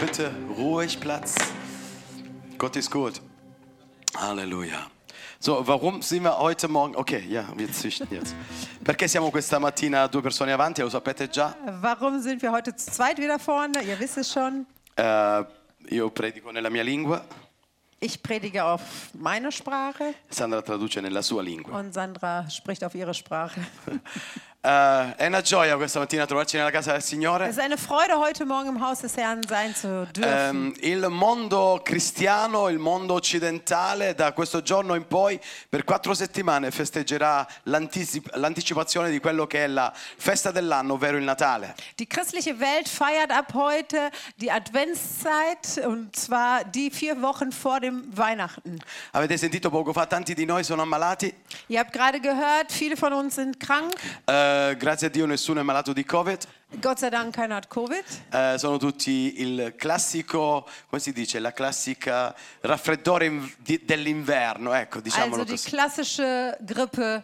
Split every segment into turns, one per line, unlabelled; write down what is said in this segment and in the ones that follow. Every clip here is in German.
Bitte ruhig Platz. Gott ist gut. Alleluia. So, warum sind wir heute Morgen? Okay, ja, wir züchten jetzt. Perché siamo questa mattina due persone avanti? Lo sapete già.
Warum sind wir heute zu zweit wieder vorne? Ihr wisst es schon.
Eh, io predico nella mia lingua,
Ich predige auf meine Sprache
Sandra traduce nella sua lingua.
und Sandra spricht auf ihre Sprache.
Eh, è una gioia questa mattina trovarci nella casa del
Es
Signore.
ist eine Freude, heute Morgen im Haus des Herrn sein zu dürfen.
Ehm, il mondo cristiano, il mondo occidentale, da questo giorno in poi, per quattro settimane festeggerà l'anticip- l'anticipazione di quello che è la festa dell'anno, ovvero il Natale.
Die christliche Welt feiert ab heute die Adventszeit und zwar die vier Wochen vor dem Weihnachten.
Avete sentito poco fa, tanti di noi sono ammalati.
Ihr habt gerade gehört, viele von uns sind krank.
Eh, grazie a Dio nessuno è malato di Covid.
Gott sei Dank, keiner hat Covid.
Eh, sono tutti il classico, come si dice, la classica raffreddore in- di- dell'inverno, ecco, diciamolo
Also die
così.
klassische Grippe,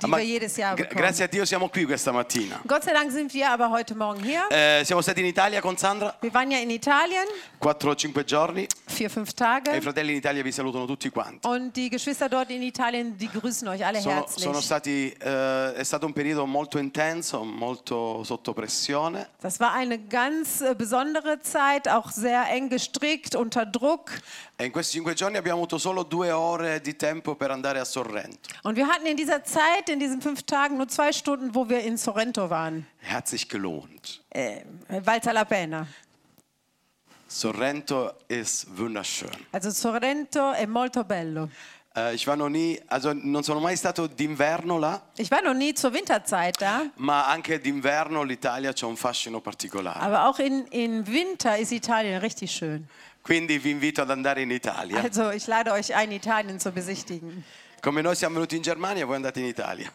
die
Ma
wir jedes Jahr
gra-
bekommen.
grazie a Dio siamo qui questa mattina.
Gott sei Dank sind wir aber heute Morgen hier.
Eh, siamo stati in Italia con Sandra
Wir waren ja in Italien,
4 o 5 giorni
vier, fünf
e i
Tage.
fratelli in Italia vi salutano tutti quanti.
Und die Geschwister dort in Italien, die grüßen euch alle
Sono, sono
herzlich.
stati, eh, è stato un periodo molto intenso, molto sotto pressione.
Das war eine ganz äh, besondere Zeit, auch sehr eng gestrickt, unter Druck.
E in questi cinque giorni abbiamo avuto solo due ore di tempo per andare a Sorrento.
Und wir hatten in dieser Zeit, in diesen fünf Tagen, nur zwei Stunden, wo wir in Sorrento waren.
Hat sich gelohnt.
Äh, Valsa la Pena.
Sorrento ist wunderschön.
Also Sorrento è molto bello.
Eh, ich war noch nie, also non sono mai stato d'inverno là,
Ich war noch nie zur Winterzeit da,
ma anche d'inverno l'Italia c'è un fascino particolare.
aber auch in, in Winter ist Italien richtig schön.
Quindi vi invito ad andare in Italia.
Also ich lade euch ein, Italien zu besichtigen.
Come noi siamo venuti in Germania, voi andate in Italia.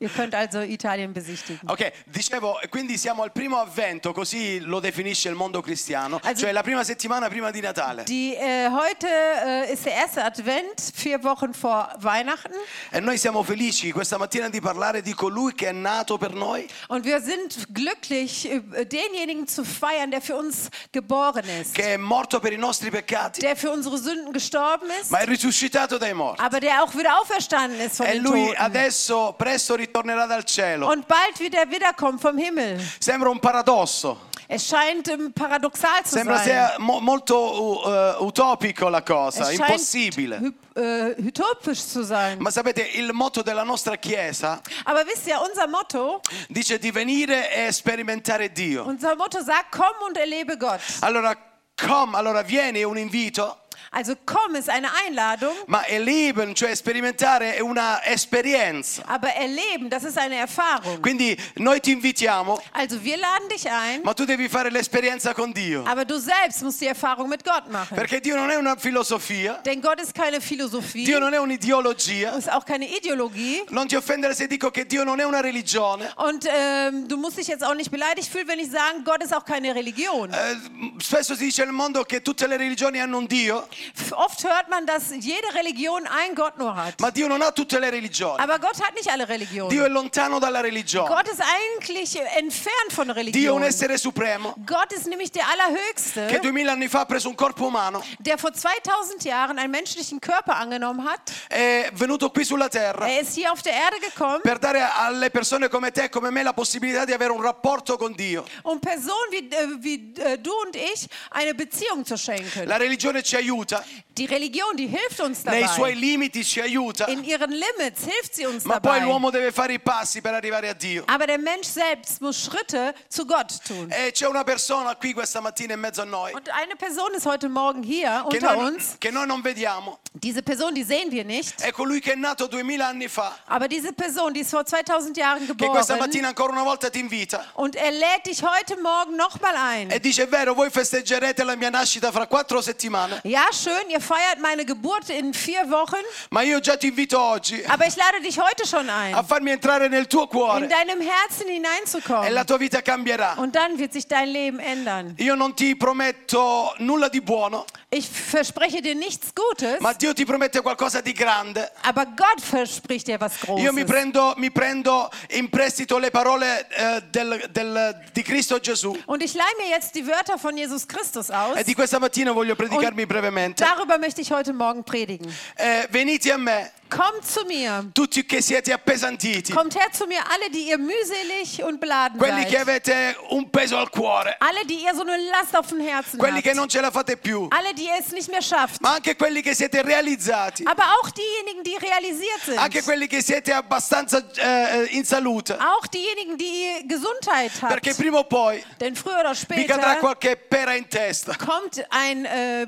Ihr könnt also Italien besichtigen.
Ok, dicevo, quindi siamo al primo avvento, così lo definisce il mondo cristiano,
Ah, sì.
cioè la prima settimana prima di Natale.
Die, äh, heute äh, ist der erste Advent, vier Wochen vor Weihnachten.
E noi siamo felici questa mattina di parlare di colui che è nato per noi,
Und wir sind glücklich, äh, denjenigen zu feiern, der für uns geboren ist,
che è morto per i nostri peccati,
der für unsere Sünden gestorben ist,
ma è risuscitato dai morti.
aber der auch wieder auferstanden ist von
E
den
lui
Toten.
adesso presto ritornerà dal cielo.
Und bald wieder wiederkommt vom Himmel.
Sembra un paradosso,
Es scheint ähm, paradoxal zu
sembra
sein.
sia mo- molto uh, eh, utopico la cosa,
Es scheint
impossibile.
hy äh, utopisch zu sein.
Ma sapete, il motto della nostra Chiesa
Aber wisst ihr, unser Motto,
dice di venire e sperimentare Dio.
unser Motto sagt, komm und erlebe Gott.
Allora, come, allora vieni è un invito,
Also komm ist eine Einladung,
ma erleben, cioè sperimentare, è una esperienza.
aber erleben, das ist eine Erfahrung.
Quindi noi ti invitiamo,
Also wir laden dich ein,
ma tu devi fare l'esperienza con Dio.
aber du selbst musst die Erfahrung mit Gott machen.
Perché Dio non è una filosofia,
Denn Gott ist keine Philosophie,
Dio non è un'ideologia.
ist auch keine Ideologie.
Non ti offendere se dico che Dio non è una religione.
Und ähm, du musst dich jetzt auch nicht beleidigt fühlen, wenn ich sage, Gott ist auch keine Religion.
Eh, spesso si dice nel mondo che tutte le religioni hanno un Dio,
Oft hört man, dass jede Religion einen Gott nur hat.
ma Dio non ha tutte le religioni.
Aber Gott hat nicht alle
Dio
Religionen.
è lontano dalla religione.
Gott ist eigentlich entfernt von
Dio è un
Religion.
essere supremo
Gott ist nämlich der
che
Allerhöchste,
duemila anni fa ha preso un corpo umano,
der vor 2000 Jahren einen menschlichen Körper angenommen hat.
è venuto qui sulla terra
Er ist hier auf der Erde gekommen,
per dare alle persone come te e come me la possibilità di avere un rapporto con Dio.
um Personen wie, äh, wie äh, du und ich eine Beziehung zu schenken.
La religione ci aiuta,
Die Religion, die hilft uns
nei suoi
dabei.
limiti ci aiuta,
In ihren Limits hilft sie uns
ma poi
dabei.
l'uomo deve fare i passi per arrivare a Dio.
Aber der Mensch selbst muss Schritte zu Gott tun.
E c'è una persona qui questa mattina in mezzo a noi
Und eine Person ist heute Morgen hier
che
unter
noi,
uns.
che noi non vediamo,
Diese Person, die sehen wir nicht.
è colui che è nato duemila anni fa,
Aber diese Person, die ist vor 2000 Jahren
che questa
geboren
mattina ancora una volta ti invita.
und er lädt dich heute Morgen nochmal ein.
E dice, è vero, voi festeggerete la mia nascita fra quattro settimane,
Ja, schön, ihr feiert meine Geburt in vier Wochen,
ma io già ti invito oggi
aber ich lade dich heute schon
a
ein,
farmi entrare nel tuo
in
cuore
deinem
e
Herzen
la
hineinzukommen.
tua vita cambierà.
Und dann wird sich dein Leben ändern.
Io non ti prometto nulla di buono,
Ich verspreche dir nichts Gutes,
ma Dio ti promette qualcosa di grande.
aber Gott verspricht dir was Großes.
Io mi prendo, mi prendo in prestito le parole eh, del- del- di Cristo Gesù
Und ich leihe mir jetzt die Wörter von Jesus Christus aus.
e di questa mattina voglio predicarmi brevemente.
Darüber möchte ich heute Morgen predigen.
Eh, venite a me,
Kommt zu mir.
tutti che siete appesantiti,
Kommt her zu mir, alle, die ihr mühselig und beladen
quelli che
seid.
avete un peso al cuore,
Alle, die ihr so eine Last auf dem Herzen
quelli che
habt.
non ce la fate più,
Alle, die ihr es nicht mehr schafft.
ma anche quelli che siete realizzati,
Aber auch diejenigen, die realisiert
anche
sind.
quelli che siete abbastanza eh, in salute,
Auch diejenigen, die Gesundheit
perché
habt.
prima o poi
Denn früher oder
vi cadrà
später
qualche pera in testa
kommt ein, äh,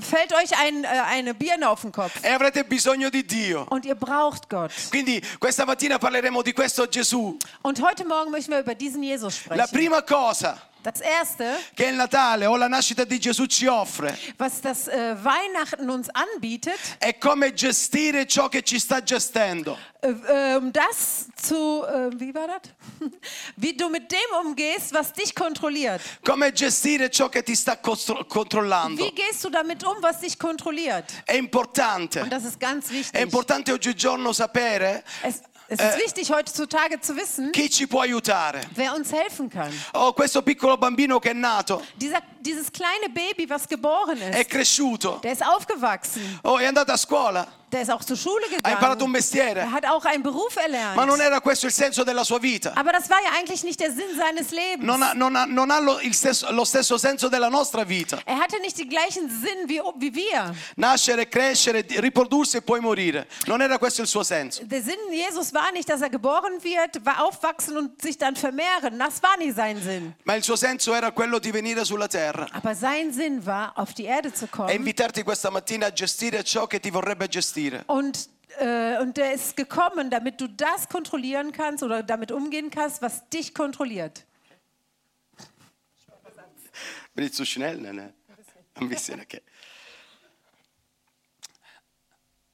fällt euch ein, äh, eine Birne auf den Kopf.
e avrete bisogno di Dio.
Und ihr braucht Gott.
Quindi questa mattina parleremo di questo Gesù.
Und heute Morgen möchten wir über diesen Jesus
La
sprechen.
prima cosa
Das Erste,
che il Natale o la nascita di Gesù ci offre
was das äh, Weihnachten uns anbietet,
è come gestire ciò che ci sta gestendo.
äh, äh, um das zu, äh, wie war das? Wie du mit dem umgehst, was dich kontrolliert.
Come gestire ciò che ti sta costro- controllando.
Wie gehst du damit um, was dich kontrolliert?
È importante.
Und das ist
È
ganz wichtig.
importante oggigiorno sapere
Es, es ist wichtig, heutzutage zu wissen,
chi ci può aiutare.
wer uns helfen kann.
Oh, questo piccolo bambino che è nato,
Dieser, dieses kleine Baby, was geboren
è
ist,
cresciuto,
der ist aufgewachsen,
oh, è andato a scuola,
der ist auch zur Schule
ha imparato un
gegangen,
mestiere,
er hat auch einen Beruf
ma non
erlernt.
era questo il senso della sua vita.
Aber das war ja eigentlich nicht der Sinn seines
Non
Lebens.
ha, non ha- non ha lo, il stesso- lo stesso senso della nostra vita.
Er hatte nicht den gleichen Sinn wie, wie wir.
Nascere, crescere, di- riprodursi e poi morire. Non era questo il suo senso.
Der Sinn Jesus war nicht, dass er geboren wird, war aufwachsen und sich dann vermehren. Das war nicht sein Sinn.
Ma il suo senso era quello di venire sulla terra
Aber sein Sinn war, auf die Erde zu
e
kommen.
invitarti questa mattina a gestire ciò che ti vorrebbe gestire.
Und, äh, und der ist gekommen, damit du das kontrollieren kannst oder damit umgehen kannst, was dich kontrolliert.
Per il suo schinello, né? Un bisschen, ok.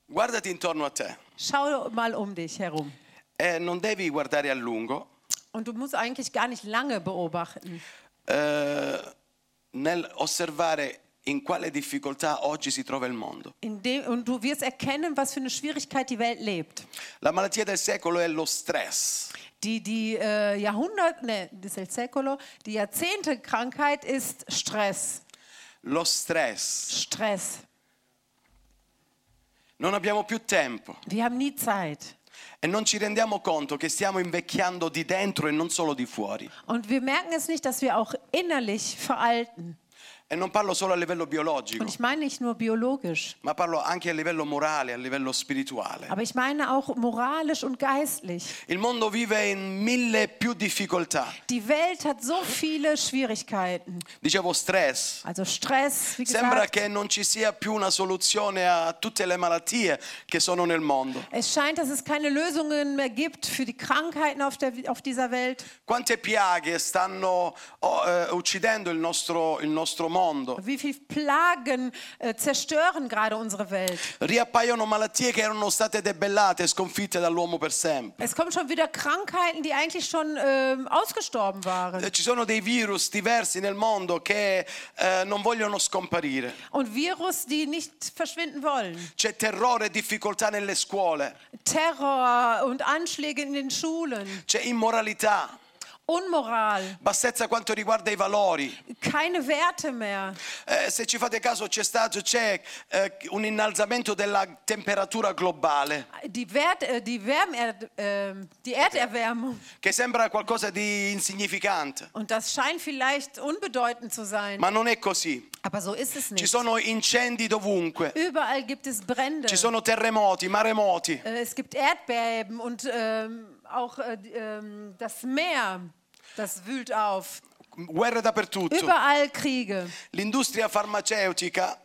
Guardati intorno a te
Schau mal um dich herum.
e non devi guardare a lungo.
Und du musst eigentlich gar nicht lange beobachten,
eh, nel osservare in quale difficoltà oggi si trova il mondo.
indem, und du wirst erkennen, was für eine Schwierigkeit die Welt lebt.
La malattia del secolo è lo stress.
Die, die äh, Jahrhundert, ne, das ist el Secolo, die Jahrzehnte-Krankheit ist Stress.
Lo stress.
Stress.
Non abbiamo più tempo
Wir haben nie Zeit.
e non ci rendiamo conto che stiamo invecchiando di dentro e non solo di fuori.
Und wir merken es nicht, dass wir auch innerlich veralten.
E non parlo solo a livello biologico,
Und ich meine nicht nur biologisch,
ma parlo anche a livello morale, a livello spirituale.
aber ich meine auch moralisch und geistlich.
Il mondo vive in mille più difficoltà.
Die Welt hat so viele Schwierigkeiten.
Dicevo stress.
Also Stress, wie
Sembra
gesagt.
che non ci sia più una soluzione a tutte le malattie che sono nel mondo.
Es scheint, dass es keine Lösungen mehr gibt für die Krankheiten auf, der, auf dieser Welt.
Quante piaghe stanno oh, eh, uccidendo il nostro, il nostro mondo?
Wie viele Plagen äh, zerstören gerade unsere Welt.
Riappaiono malattie che erano state debellate e sconfitte dall'uomo per sempre.
Es kommen schon wieder Krankheiten, die eigentlich schon ähm, ausgestorben waren.
Eh, Ci sono dei virus diversi nel mondo che eh, non vogliono scomparire.
Und Virus, die nicht verschwinden wollen.
C'è terrore e difficoltà nelle scuole,
Terror und Anschläge in den Schulen.
c'è immoralità,
Unmoral.
bassezza quanto riguarda i valori.
Keine Werte mehr.
Eh, se ci fate caso c'è stato c'è, eh, un innalzamento della temperatura globale
Die, Wert, äh, die, Wärmer, äh, die Erderwärmung.
che sembra qualcosa di insignificante,
Und das scheint vielleicht unbedeutend zu sein.
ma non è così.
Aber so ist es
Ci
nicht.
sono incendi dovunque,
Überall gibt es Brände.
ci sono terremoti, maremoti.
Äh, Es gibt Erdbeben und ähm, auch äh, die- ähm, das Meer, das wühlt auf.
Guerre dappertutto.
Überall Kriege.
L'industria farmaceutica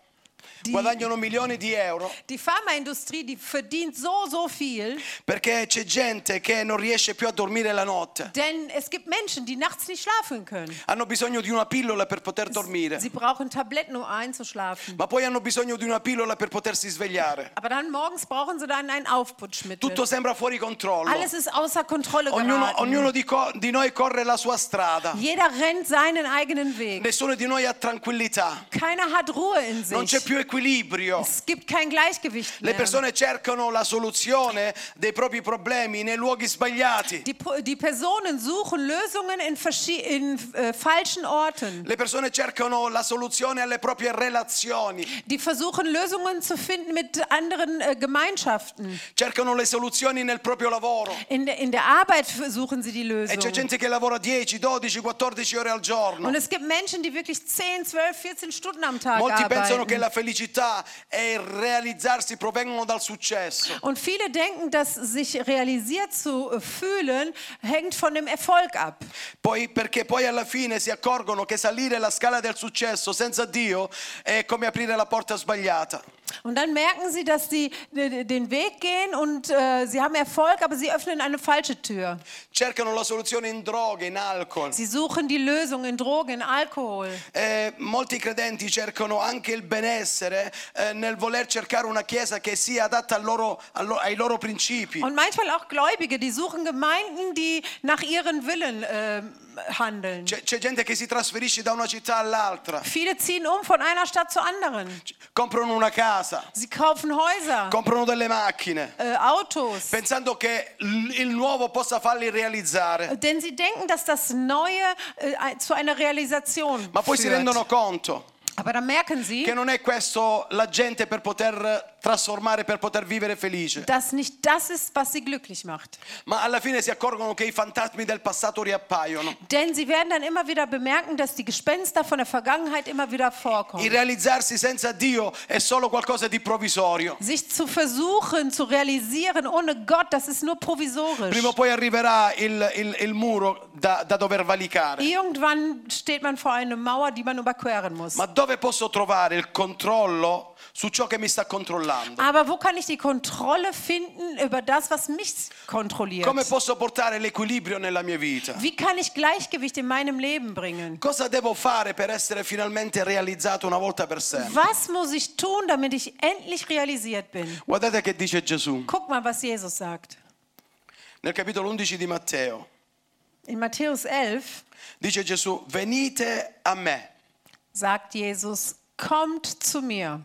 Di-
guadagnano milioni di euro
Die Pharmaindustrie, die verdient so, so viel,
perché c'è gente che non riesce più a dormire la notte.
denn es gibt Menschen, die nachts nicht schlafen können.
Hanno bisogno di una pillola per poter dormire,
Sie brauchen Tabletten, um einzuschlafen.
ma poi hanno bisogno di una pillola per potersi svegliare.
Aber dann morgens brauchen sie dann ein
Tutto
Aufputschmittel.
sembra fuori controllo.
Alles ist außer Kontrolle
Ognuno,
geraten.
ognuno di, co- di noi corre la sua strada,
Jeder rennt seinen eigenen Weg.
nessuno di noi ha tranquillità,
Keiner hat Ruhe in
non c'è
sich.
più equilibrio.
Es gibt kein Gleichgewicht
Le
mehr.
persone cercano la soluzione dei propri problemi nei luoghi sbagliati.
Die, Po- die Personen suchen Lösungen in, verschi- in äh, falschen Orten.
Le persone cercano la soluzione alle proprie relazioni,
Die versuchen Lösungen zu finden mit anderen äh, Gemeinschaften.
cercano le soluzioni nel proprio lavoro.
In der, in der Arbeit suchen sie die
E c'è
Lösung.
gente che lavora 10, 12, 14 ore al giorno.
Und es gibt Menschen, die wirklich 10, 12, 14 Stunden am Tag
Molti pensano che
arbeiten.
la felicità e il realizzarsi provengono dal successo.
Und viele denken, dass sich realisiert zu äh, fühlen, hängt von dem Erfolg ab.
Poi, perché poi alla fine si accorgono che salire la scala del successo senza Dio è come aprire la porta sbagliata.
Und dann merken sie, dass sie äh, den Weg gehen und äh, sie haben Erfolg, aber sie öffnen eine falsche Tür.
Cercano la soluzione in droghe, in alcol.
Sie suchen die Lösung in Drogen, in Alkohol.
Eh, molti credenti cercano anche il benessere eh, nel voler cercare una chiesa che sia adatta al loro- al lo- ai loro principi.
Und manchmal auch Gläubige, die suchen Gemeinden, die nach ihren Willen ähm, handeln.
C'è, c'è gente che si trasferisce da una città all'altra,
Viele ziehen um von einer Stadt zur anderen.
c- comprano una casa,
Sie kaufen Häuser,
Ah. comprano delle macchine,
äh, Autos,
pensando che l- il nuovo possa farli realizzare.
denn sie denken, dass das Neue äh, ein- zu einer Realisation
Ma poi si rendono Genau.
führt.
conto
Aber dann merken
che
sie,
non è questo l'agente per poter trasformare, per poter vivere felice.
dass nicht das ist, was sie glücklich macht.
Ma alla fine si accorgono che i fantasmi del passato riappaiono.
Denn sie werden dann immer wieder bemerken, dass die Gespenster von der Vergangenheit immer wieder vorkommen.
Il realizzarsi senza Dio è solo qualcosa di provvisorio.
Sich zu versuchen, zu realisieren ohne Gott, das ist nur provisorisch.
Prima o poi arriverà il, il- il muro da, da dover valicare.
Irgendwann steht man vor einer Mauer, die man überqueren muss.
Ma dove posso trovare il controllo su ciò che mi sta controllando?
Aber wo kann ich die Kontrolle finden über das, was mich kontrolliert?
Come posso portare l'equilibrio nella mia vita?
Wie kann ich Gleichgewicht in meinem Leben bringen?
Cosa devo fare per essere finalmente realizzato una volta per sempre?
Was muss ich tun, damit ich endlich realisiert bin?
Guardate che dice Gesù
Guck mal, was Jesus sagt.
nel capitolo 11 di Matteo.
In Matthäus 11
Dice Gesù, venite a me,
sagt Jesus, kommt zu mir.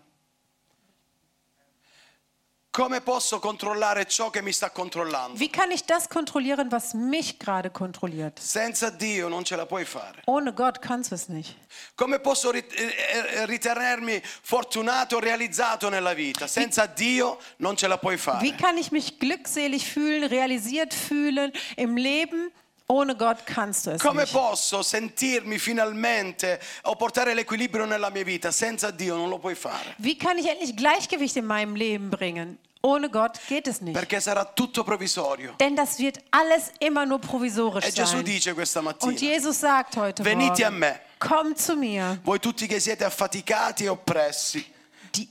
come posso controllare ciò che mi sta controllando?
Wie kann ich das kontrollieren, was mich gerade kontrolliert?
Senza Dio non ce la puoi fare.
Ohne Gott kannst du es nicht.
Come posso rit- eh, eh, ritenermi fortunato, realizzato nella vita? Senza Dio non ce la puoi
Wie
fare.
kann ich mich glückselig fühlen, realisiert fühlen im Leben? Ohne Gott kannst du es
Come
nicht.
posso sentirmi finalmente o portare l'equilibrio nella mia vita? Senza Dio non lo puoi fare.
Wie kann ich endlich Gleichgewicht in meinem Leben bringen? Ohne Gott geht es nicht.
Perché sarà tutto provvisorio.
Denn das wird alles immer nur provisorisch
E Gesù
sein.
dice questa
Und
mattina,
Jesus sagt heute
venite a
Morgen,
me,
komm zu mir,
voi tutti che siete affaticati e oppressi,
die,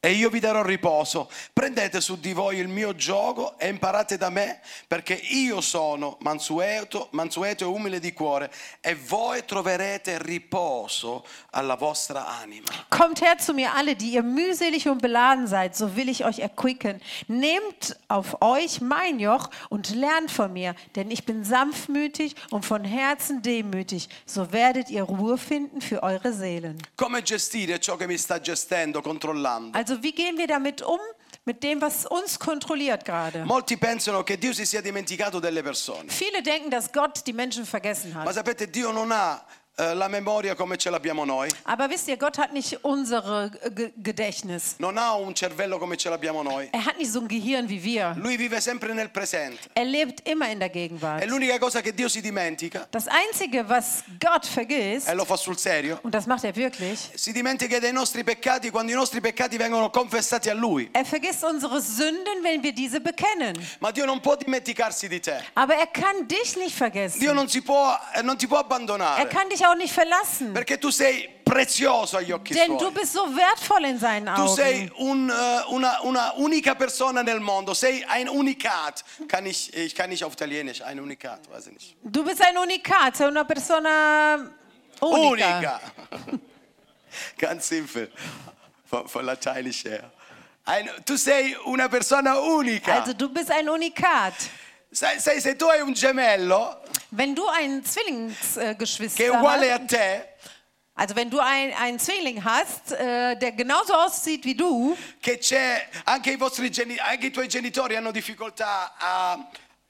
e io vi darò riposo. Prendete su di voi il mio gioco e imparate da me, perché io sono mansueto, mansueto e umile di cuore, e voi troverete riposo alla vostra anima.
kommt her zu mir alle, die ihr mühselig und beladen seid, so will ich euch erquicken. Nehmt auf euch mein Joch und lernt von mir, denn ich bin sanftmütig und von Herzen demütig, so werdet ihr Ruhe finden für eure Seelen.
Come gestire ciò che mi sta gestendo, controllando?
Also wie gehen wir damit um, mit dem, was uns kontrolliert gerade?
Molti pensano che Dio si sia dimenticato delle persone,
Viele denken, dass Gott die Menschen vergessen
ma
hat.
sapete, Dio non ha eh, la memoria come ce l'abbiamo noi,
Aber wisst ihr, Gott hat nicht unsere äh, Ge- Gedächtnis.
non ha un cervello come ce l'abbiamo noi.
Er hat nicht so ein Gehirn wie wir.
Lui vive sempre nel presente.
Er lebt immer in der Gegenwart.
È l'unica cosa che Dio si dimentica,
Das Einzige, was Gott vergisst,
e lo fa sul serio,
und das macht er wirklich,
Si dimentica dei nostri peccati quando i nostri peccati vengono confessati a Lui.
er vergisst unsere Sünden, wenn wir diese bekennen.
Ma Dio non può dimenticarsi di te.
Aber er kann dich nicht
Dio
vergessen.
non, si può, eh, non ti può
Er
abbandonare.
kann dich dich auch nicht verlassen.
Perché tu sei prezioso agli occhi
Denn du
suoi.
bist so wertvoll in seinen
Tu
Augen.
sei un, äh, una, una unica persona nel mondo, sei ein Unikat. Kann ich, ich kann nicht auf Italienisch, ein Unikat, weiß ich nicht.
Du bist ein Unikat, sei una persona unica.
Unica. Ganz simpel, von, von Lateinisch her. Ein, tu sei una persona unica.
Also du bist ein Unikat.
sai, sai, se tu hai un gemello
Wenn du einen Zwillingsgeschwister
che è uguale
hast,
a te,
also wenn du ein, einen Zwilling hast, äh, der genauso aussieht wie du,
che c'è, anche i, vostri geni- anche i tuoi genitori hanno difficoltà a-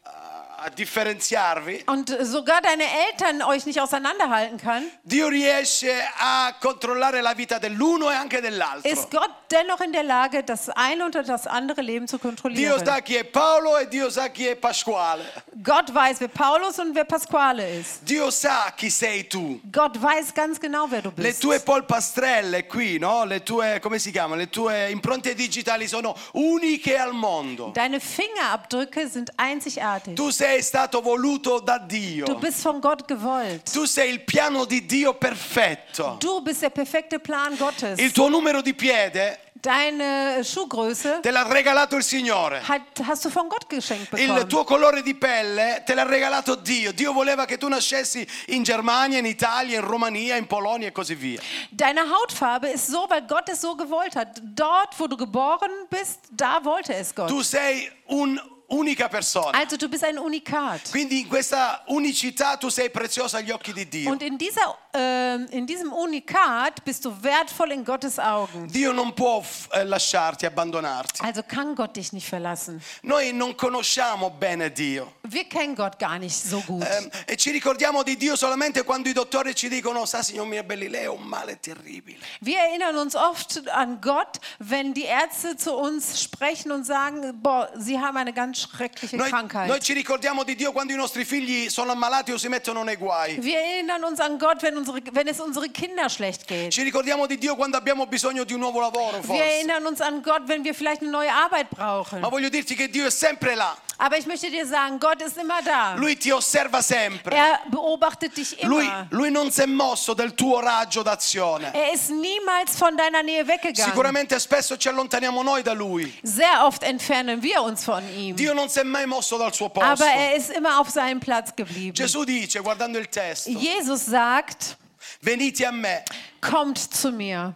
a- a differenziarvi,
und sogar deine Eltern euch nicht auseinanderhalten kann,
Dio riesce a controllare la vita dell'uno e anche dell'altro.
ist Gott dennoch in der Lage, das eine oder das andere Leben zu
Dio
kontrollieren.
sa chi è Paolo e Dio sa chi è Pasquale.
Gott weiß, wer Paulus und wer Pasquale ist.
Dio sa chi sei tu.
Gott weiß ganz genau, wer du
Le
bist.
tue polpastrelle qui, no? Le tue, come si chiamano? Le tue impronte digitali sono uniche al mondo.
Deine Fingerabdrücke sind einzigartig.
Tu sei stato voluto da
Du
Dio.
bist von Gott gewollt.
Tu sei il piano di Dio perfetto.
Du bist der perfekte Plan Gottes.
Il tuo numero di piede
Deine Schuhgröße
te l'ha regalato il Signore.
hat, hast du von Gott geschenkt
Il
bekommen.
tuo colore di pelle te l'ha regalato Dio. Dio voleva che tu nascessi in Germania, in Italia, in Romania, in Polonia e così via.
Deine Hautfarbe ist so, weil Gott es so gewollt hat. Dort, wo du geboren bist, da wollte es Gott.
Tu sei un'unica persona.
Also du bist ein Unikat.
Quindi in questa unicità tu sei preziosa agli occhi di Dio.
Und in, dieser, ähm, in diesem Unikat bist du wertvoll in Gottes Augen.
Dio non può f- eh, lasciarti, abbandonarti.
Also kann Gott dich nicht verlassen.
Noi non conosciamo bene Dio
Wir kennen Gott gar nicht so gut.
ehm, e ci ricordiamo di Dio solamente quando i dottori ci dicono, sa signor mio belli, lei è un male terribile.
Wir erinnern uns oft an Gott, wenn die Ärzte zu uns sprechen und sagen, boah, sie haben eine ganz schreckliche
Noi,
Krankheit.
noi ci ricordiamo di Dio quando i nostri figli sono ammalati o si mettono nei guai.
wir erinnern uns an Gott, wenn, unsere, wenn es unsere Kinder schlecht geht.
Ci ricordiamo di Dio quando abbiamo bisogno di un nuovo lavoro,
Wir
forse.
erinnern uns an Gott, wenn wir vielleicht eine neue Arbeit brauchen.
Ma voglio dirti che Dio è sempre là.
Aber ich möchte dir sagen, Gott ist immer da.
Lui ti osserva sempre.
Er beobachtet dich
Lui,
immer.
lui non si è mosso dal tuo raggio d'azione.
Er ist niemals von deiner Nähe weggegangen.
Sicuramente spesso ci allontaniamo noi da Lui.
Sehr oft entfernen wir uns von ihm.
Dio non si è mai mosso dal suo
Aber
posto.
er ist immer auf seinem Platz geblieben.
Gesù dice, guardando il testo,
Jesus sagt,
venite a me,
kommt zu mir.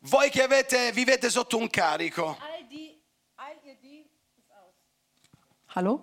voi che avete- vivete sotto un carico.
All die, all ihr die, ist aus. Hallo?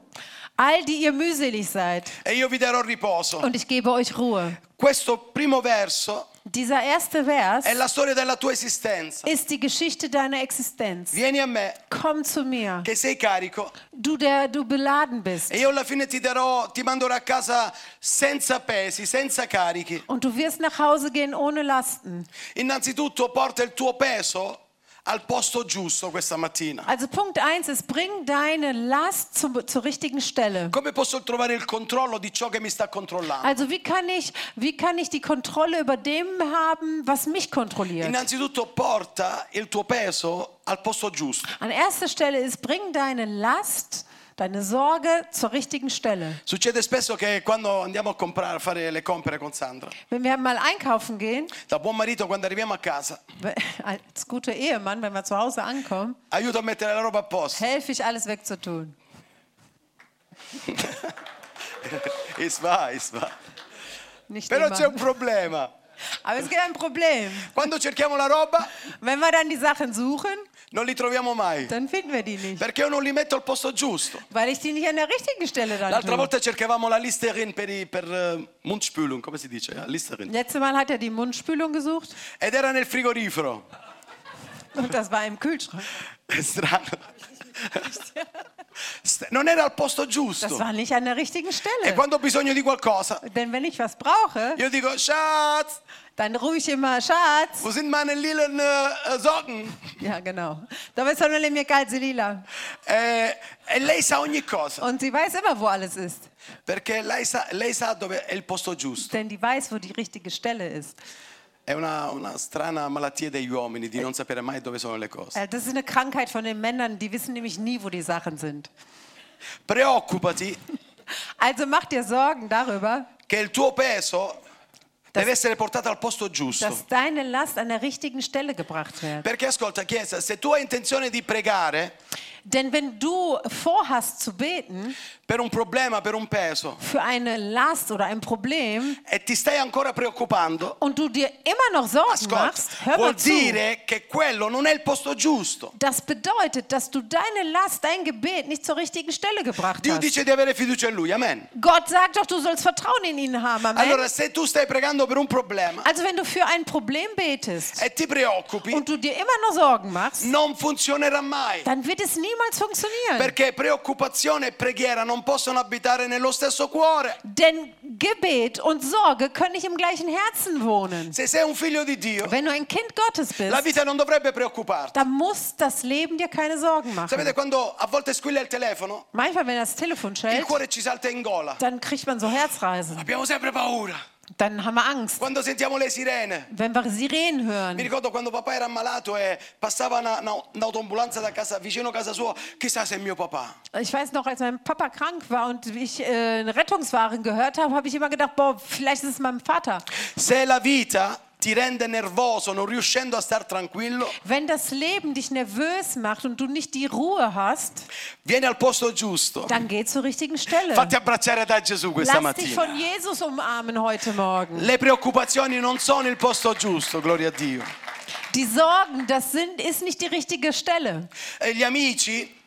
All die ihr mühselig seid
E io vi darò riposo.
und ich gebe euch Ruhe.
Questo primo verso
Dieser erste Vers
è la storia della tua esistenza.
ist die Geschichte deiner Existenz.
Vieni a me,
Komm zu mir,
che sei carico,
du der du beladen bist
E io alla fine ti darò, ti manderò a casa senza pesi, senza carichi.
und du wirst nach Hause gehen ohne Lasten.
Innanzitutto porta il tuo peso al posto giusto questa mattina.
Also Punkt 1 ist, bring deine Last zum, zur richtigen Stelle.
Come posso trovare il controllo di ciò che mi sta controllando?
Also wie kann ich, wie kann ich die Kontrolle über dem haben, was mich kontrolliert?
Innanzitutto porta il tuo peso al posto giusto.
An erster Stelle ist, bring deine Last, deine Sorge zur richtigen Stelle.
Succede spesso che quando andiamo a comprare, a fare le compere con Sandra,
Wenn wir mal einkaufen gehen,
da buon marito quando arriviamo a casa,
we- als guter Ehemann, wenn wir zu Hause ankommen,
aiuto a mettere la roba a posto.
helfe ich alles wegzutun.
Es va, es va.
Nicht
Però
immer.
c'è un problema.
Aber es gibt ein Problem.
Quando cerchiamo la roba,
Wenn wir dann die Sachen suchen,
non li troviamo mai.
dann finden wir die nicht,
Perché io non li metto al posto giusto.
weil ich die nicht an der richtigen Stelle dann
L'altra
tue.
volta cercavamo la Listerin per, i- per eh, Mundspülung, come si dice? eh? Listerin.
Letztes Mal hat er die Mundspülung gesucht
Ed era nel frigorifero.
und das war im Kühlschrank.
È strano. St- Non era al posto
Das
giusto.
war nicht an der richtigen
E
Stelle.
quando ho bisogno di qualcosa,
Denn wenn ich was brauche,
io dico, Schatz,
dann rufe ich immer Schatz.
wo sind meine lilen eh, eh, Socken?
Ja, genau. Dabei soll man mir kalt lila.
Eh, e lei sa ogni cosa,
Und sie weiß immer, wo alles ist.
perché lei sa, lei sa dove è il posto giusto.
Denn die weiß, wo die richtige Stelle ist.
È una, una strana malattia degli uomini di non sapere mai dove sono le cose.
Äh, Das ist eine Krankheit von den Männern, die wissen nämlich nie, wo die Sachen sind.
Preoccupati
Also mach dir Sorgen darüber,
che il tuo peso deve essere portata al posto giusto.
dass deine Last an der richtigen Stelle gebracht wird.
Perché ascolta, Chiesa, se tu hai intenzione di pregare
Denn wenn du vorhast zu beten
per un problema, per un peso,
für eine Last oder ein Problem
e ti stai ancora preoccupando,
und du dir immer noch Sorgen machst,
ascolta,
hör mal
vuol
zu.
dire che quello non è il posto giusto.
Das bedeutet, dass du deine Last, dein Gebet nicht zur richtigen Stelle gebracht
Dio
hast.
dice di avere fiducia in Lui, amen.
Gott sagt doch, du sollst Vertrauen in ihn haben. Amen.
Allora, se tu stai pregando per un problema
Also wenn du für ein Problem betest
e ti preoccupi,
und du dir immer noch Sorgen machst,
non funzionerà mai.
dann wird es niemals funktionieren.
Perché preoccupazione e preghiera non possono abitare nello stesso cuore.
Denn Gebet und Sorge können nicht im gleichen Herzen wohnen.
Se sei un figlio di Dio,
Wenn du ein Kind Gottes
la
bist,
vita non dovrebbe preoccuparti.
dann muss das Leben dir keine Sorgen machen.
Sapete quando a volte squilla il telefono,
Manchmal, wenn das Telefon
il
schellt,
cuore ci salta in gola.
dann kriegt man so Herzreisen.
Abbiamo sempre paura.
Dann haben wir Angst.
Quando sentiamo le sirene.
Wenn wir Sirenen
Mi
hören.
ricordo quando papà era ammalato e passava una- una- un'autoambulanza da casa, vicino a casa sua, chissà se è mio papà.
Ich weiß noch, als mein Papa krank war und ich äh, Rettungswagen gehört habe, habe ich immer gedacht, boah, vielleicht ist es mein Vater.
Se la vita ti rende nervoso, non riuscendo a star tranquillo,
Wenn das Leben dich nervös macht und du nicht die Ruhe hast,
vieni al posto giusto.
dann geh zur richtigen Stelle.
Fatti abbracciare da Gesù questa
Lass dich
mattina.
von Jesus umarmen heute Morgen.
Le preoccupazioni non sono il posto giusto, gloria a Dio.
Die Sorgen, das sind, ist nicht die richtige Stelle.
E gli amici,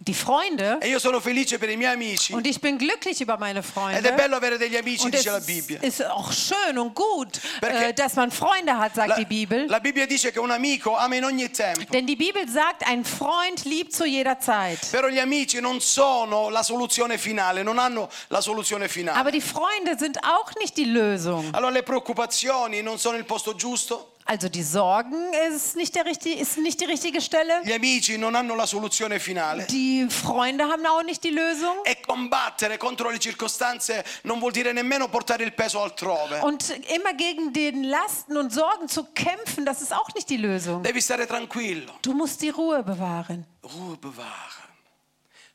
Die Freunde,
e io sono felice per i miei amici,
und ich bin glücklich über meine
ed è
Freunde.
bello avere degli amici,
Und
dice la
es
Bibbia.
ist, ist auch schön und gut,
Perché-
äh, dass man Freunde hat, sagt
La,
die Bibel.
la Bibbia dice che un amico ama in ogni tempo,
Denn die Bibel sagt, ein Freund liebt zu jeder Zeit.
però gli amici non sono la soluzione finale, non hanno la soluzione finale.
Aber die Freunde sind auch nicht die Lösung.
Allora le preoccupazioni non sono il posto giusto,
Also die Sorgen ist nicht, der richtig, ist nicht die richtige Stelle.
gli amici non hanno la soluzione finale.
Die Freunde haben auch nicht die Lösung.
E combattere contro le circostanze non vuol dire nemmeno portare il peso altrove.
Und immer gegen den Lasten und Sorgen zu kämpfen, das ist auch nicht die Lösung.
Devi stare tranquillo.
Du musst die Ruhe bewahren.
Ruhe bewahren,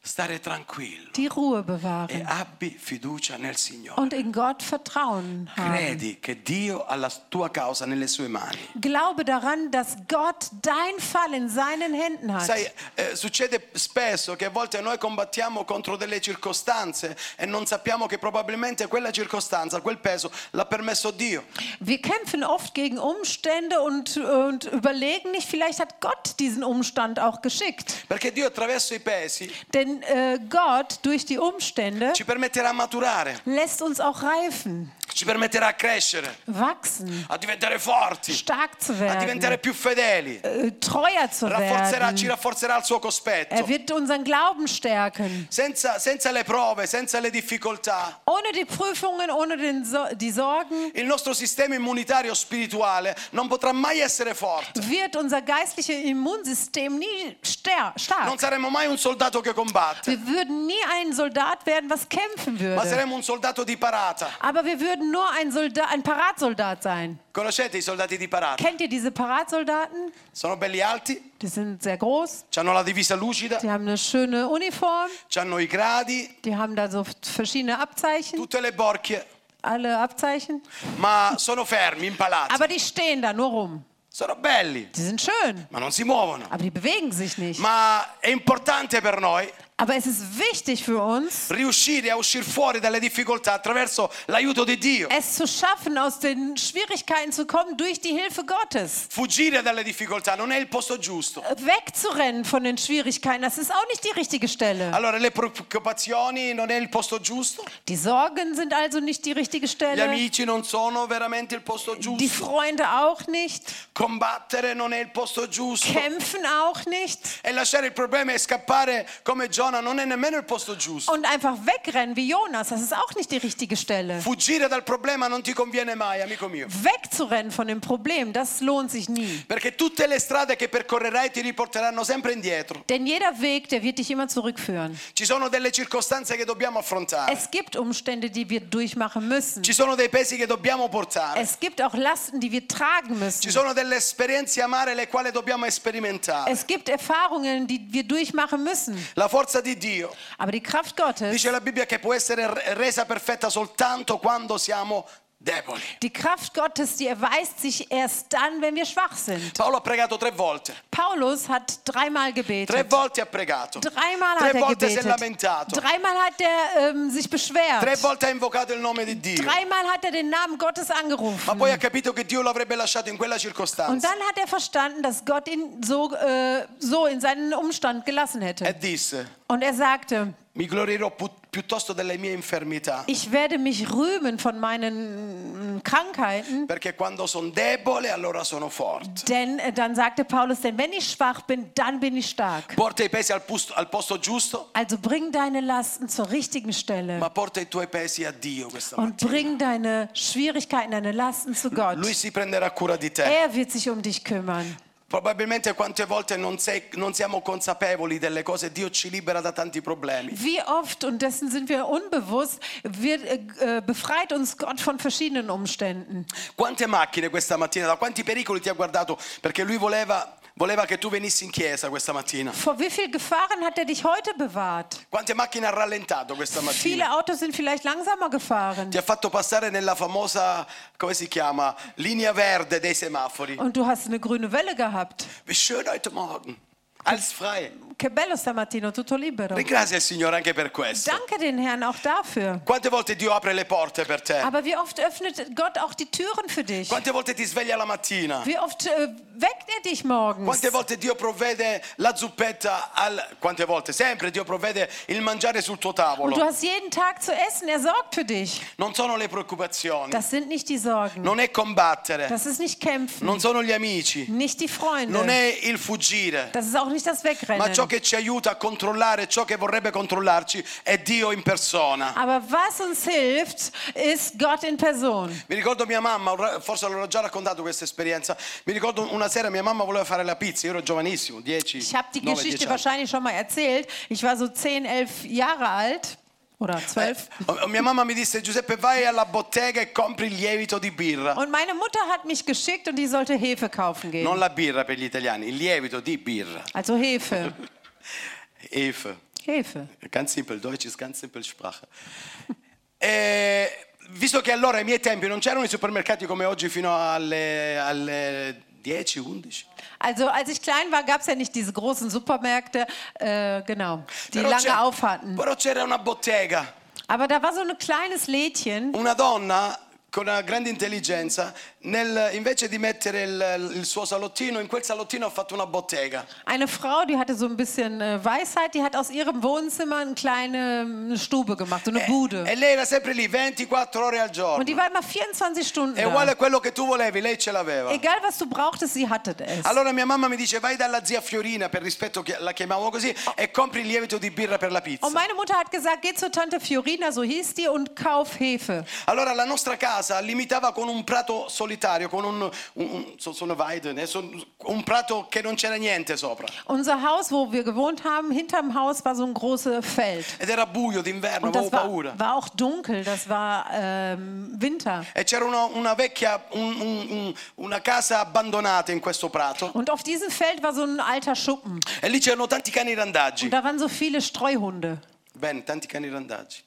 stare tranquillo
Die Ruhe
e
bewahren.
abbi fiducia nel Signore.
Und in Gott Vertrauen haben.
Credi che Dio ha la tua causa nelle sue mani.
Glaube daran, dass Gott dein Fall in seinen Händen hat.
Sai, eh, succede spesso che a volte noi combattiamo contro delle circostanze e non sappiamo che probabilmente quella circostanza, quel peso, l'ha permesso Dio.
Wir kämpfen oft gegen Umstände und, und überlegen nicht, vielleicht hat Gott diesen Umstand auch geschickt.
Perché Dio attraverso i pesi
Denn äh, Gott durch die Umstände
ci permetterà a maturare,
lässt uns auch reifen,
ci permetterà a crescere,
wachsen,
a diventare forti,
stark zu
a
werden,
diventare più fedeli.
äh, treuer zu
Rafforzerà, ci
werden.
rafforzerà il suo cospetto.
Er wird unseren Glauben stärken.
Senza, senza le prove, senza le difficoltà,
Ohne die Prüfungen, ohne den so die Sorgen
il nostro sistema immunitario spirituale non potrà mai essere forte.
wird unser geistliches Immunsystem nie stär-
Non
stark.
saremo mai un soldato che combatte,
Wir würden nie ein Soldat werden, was kämpfen
ma
würde.
saremo un soldato di parata.
Aber wir würden nur ein, Soldat, ein Paratsoldat sein.
Conoscete i soldati di parata?
Kennt ihr diese Paratsoldaten?
Sono belli alti,
Die sind sehr groß,
hanno la divisa lucida,
die haben eine schöne Uniform,
hanno i gradi,
die haben da so verschiedene Abzeichen,
tutte le borchie,
alle Abzeichen.
ma sono fermi, impalati.
Aber die stehen da nur rum.
Sono belli,
Die sind schön,
ma non si muovono.
aber die bewegen sich nicht.
Ma è importante per noi
Aber es ist wichtig für uns,
riuscire a uscire fuori dalle difficoltà attraverso l'aiuto di Dio,
es zu schaffen, aus den Schwierigkeiten zu kommen durch die Hilfe Gottes.
fuggire dalle difficoltà, non è il posto giusto.
Wegzurennen von den Schwierigkeiten, das ist auch nicht die richtige Stelle.
Allora, le preoccupazioni non è il posto giusto,
Die Sorgen sind also nicht die richtige
gli
Stelle,
amici non sono veramente il posto
die
giusto,
Freunde auch nicht.
combattere non è il posto giusto
kämpfen auch nicht
e lasciare il problema e scappare come Giona non è nemmeno il posto giusto.
und einfach wegrennen wie Jonas, das ist auch nicht die richtige Stelle.
Fuggire dal problema non ti conviene mai, amico mio,
Wegzurennen von dem Problem, das lohnt sich nie.
perché tutte le strade che percorrerai ti riporteranno sempre indietro.
Denn jeder Weg, der wird dich immer zurückführen.
Ci sono delle circostanze che dobbiamo affrontare,
Es gibt Umstände, die wir durchmachen müssen.
ci sono dei pesi che dobbiamo portare,
Es gibt auch Lasten, die wir tragen
ci
müssen.
sono delle esperienze amare le quali dobbiamo sperimentare.
Es gibt Erfahrungen, die wir durchmachen müssen.
La forza di Dio
Aber die Kraft Gottes,
Dice la Bibbia che può essere re- resa perfetta soltanto quando siamo deboli.
Die Kraft Gottes, die erweist sich erst dann, wenn wir schwach sind.
Paolo ha pregato tre volte.
Paulus hat dreimal
Tre
gebetet.
volte ha pregato.
Dreimal
Tre
hat er
volte si è
gebetet.
lamentato.
Dreimal hat er ähm, sich
Tre
beschwert.
volte ha invocato il nome di Dio.
Dreimal hat er den Namen Gottes
Ma
angerufen.
poi ha capito che Dio lo avrebbe lasciato in quella
Und
circostanza.
dann hat er verstanden, dass Gott ihn so, äh, so in seinen Umstand gelassen hätte.
E disse,
Und er sagte,
mi glorierò pu- piuttosto delle mie infermità.
ich werde mich rühmen von meinen mm, Krankheiten.
Perché quando sono debole allora sono forte.
Denn äh, dann sagte Paulus, denn wenn ich schwach bin, dann bin ich stark.
Porta i pesi al, pus- al posto giusto,
Also bring deine Lasten zur richtigen Stelle
ma porta i tuoi pesi a Dio questa
und
mattina.
bring deine Schwierigkeiten, deine Lasten zu Gott.
Lui si prenderà cura di te.
Er wird sich um dich kümmern.
Probabilmente quante volte non, sei- non siamo consapevoli delle cose, Dio ci libera da tanti problemi.
Wie oft, und dessen sind wir unbewusst, wird, äh, äh, befreit uns Gott von verschiedenen Umständen.
Quante macchine questa mattina, da quanti pericoli ti ha guardato? Perché lui voleva, voleva che tu venissi in chiesa questa mattina.
Vor wie viel Gefahren hat er dich heute bewahrt?
Quante macchine ha rallentato questa mattina?
Viele Autos sind vielleicht langsamer gefahren
Ti ha fatto passare nella famosa, come si chiama, linea verde dei semafori.
und du hast eine grüne Welle gehabt.
Wie schön heute Morgen. Alles frei.
Che bello stamattina, tutto libero.
Ringrazia il Signore anche per questo.
Danke den Herrn auch dafür.
Quante volte Dio apre le porte per te?
Aber wie oft öffnet Gott auch die Türen für dich?
Quante volte ti sveglia la mattina?
Wie oft äh, weckt er dich morgens?
Quante volte Dio provvede la zuppetta al... Quante volte? Sempre Dio provvede il mangiare sul tuo
Und du
tavolo.
hast jeden Tag zu essen. Er sorgt für dich.
Non sono le preoccupazioni,
Das sind nicht die Sorgen.
non è combattere,
Das ist nicht kämpfen.
non sono gli amici,
Nicht die
non
Freunde.
è il fuggire.
Das ist auch nicht das
Ma ciò
Wegrennen.
che ci aiuta a controllare ciò che vorrebbe controllarci è Dio in persona.
Aber was uns hilft, ist Gott in Person.
Mi ricordo mia mamma, un ra- forse l'ho già raccontato questa esperienza. Mi ricordo una sera mia mamma voleva fare la pizza, io ero giovanissimo, 10,
Ich habe die
9, 10
Geschichte
anni.
wahrscheinlich schon mal erzählt. Ich war so 10, 11 Jahre alt oder 12.
Oh, Mia mamma mi disse Giuseppe vai alla bottega e compri il lievito di birra.
Und meine Mutter hat mich geschickt und die sollte Hefe kaufen
Non
gehen.
la birra per gli italiani, il lievito di birra.
Also Hefe.
Hefe.
Hefe.
Ganz simpel, Deutsch ist ganz simpel Sprache. E visto che allora ai miei tempi non c'erano i supermercati come oggi fino alle, alle 10, 11.
Also als ich klein war, gab es ja nicht diese großen Supermärkte, äh, genau, die
Però c'è-
lange auf hatten.
però c'era una bottega,
Aber da war so ein kleines Lädchen.
una donna con una grande intelligenza, nel- invece di mettere il, il suo salottino, in quel salottino ha fatto una bottega.
Eine Frau, die hatte so ein bisschen äh, Weisheit, die hat aus ihrem Wohnzimmer eine kleine ähm, Stube gemacht, so eine Bude.
E lei era sempre lì 24 ore al giorno.
Und die war immer 24 Stunden
È
da.
uguale a quello che tu volevi, lei ce l'aveva.
Egal was du brauchtest, sie hatte es.
Allora mia mamma mi dice vai dalla zia Fiorina, per rispetto che la chiamavo così, e compri il lievito di birra per la pizza.
Und meine Mutter hat gesagt, geh zur Tante Fiorina, so hieß die, und kauf Hefe.
Allora la nostra casa limitava con un prato solitario, con un, un- un- so- sono Weiden, eh, son- un prato che non c'era niente sopra.
Unser Haus, wo wir gewohnt haben, hinterm Haus war so ein großes Feld.
Ed era buio d'inverno,
Und
avevo
das war,
paura.
war auch dunkel, das war ähm, Winter.
E c'era una, una vecchia, un- un- un- una casa abbandonata in questo prato.
Und auf diesem Feld war so ein alter Schuppen.
E lì c'erano tanti cani randaggi.
Und da waren so viele Streuhunde.
Bene, tanti cani randaggi.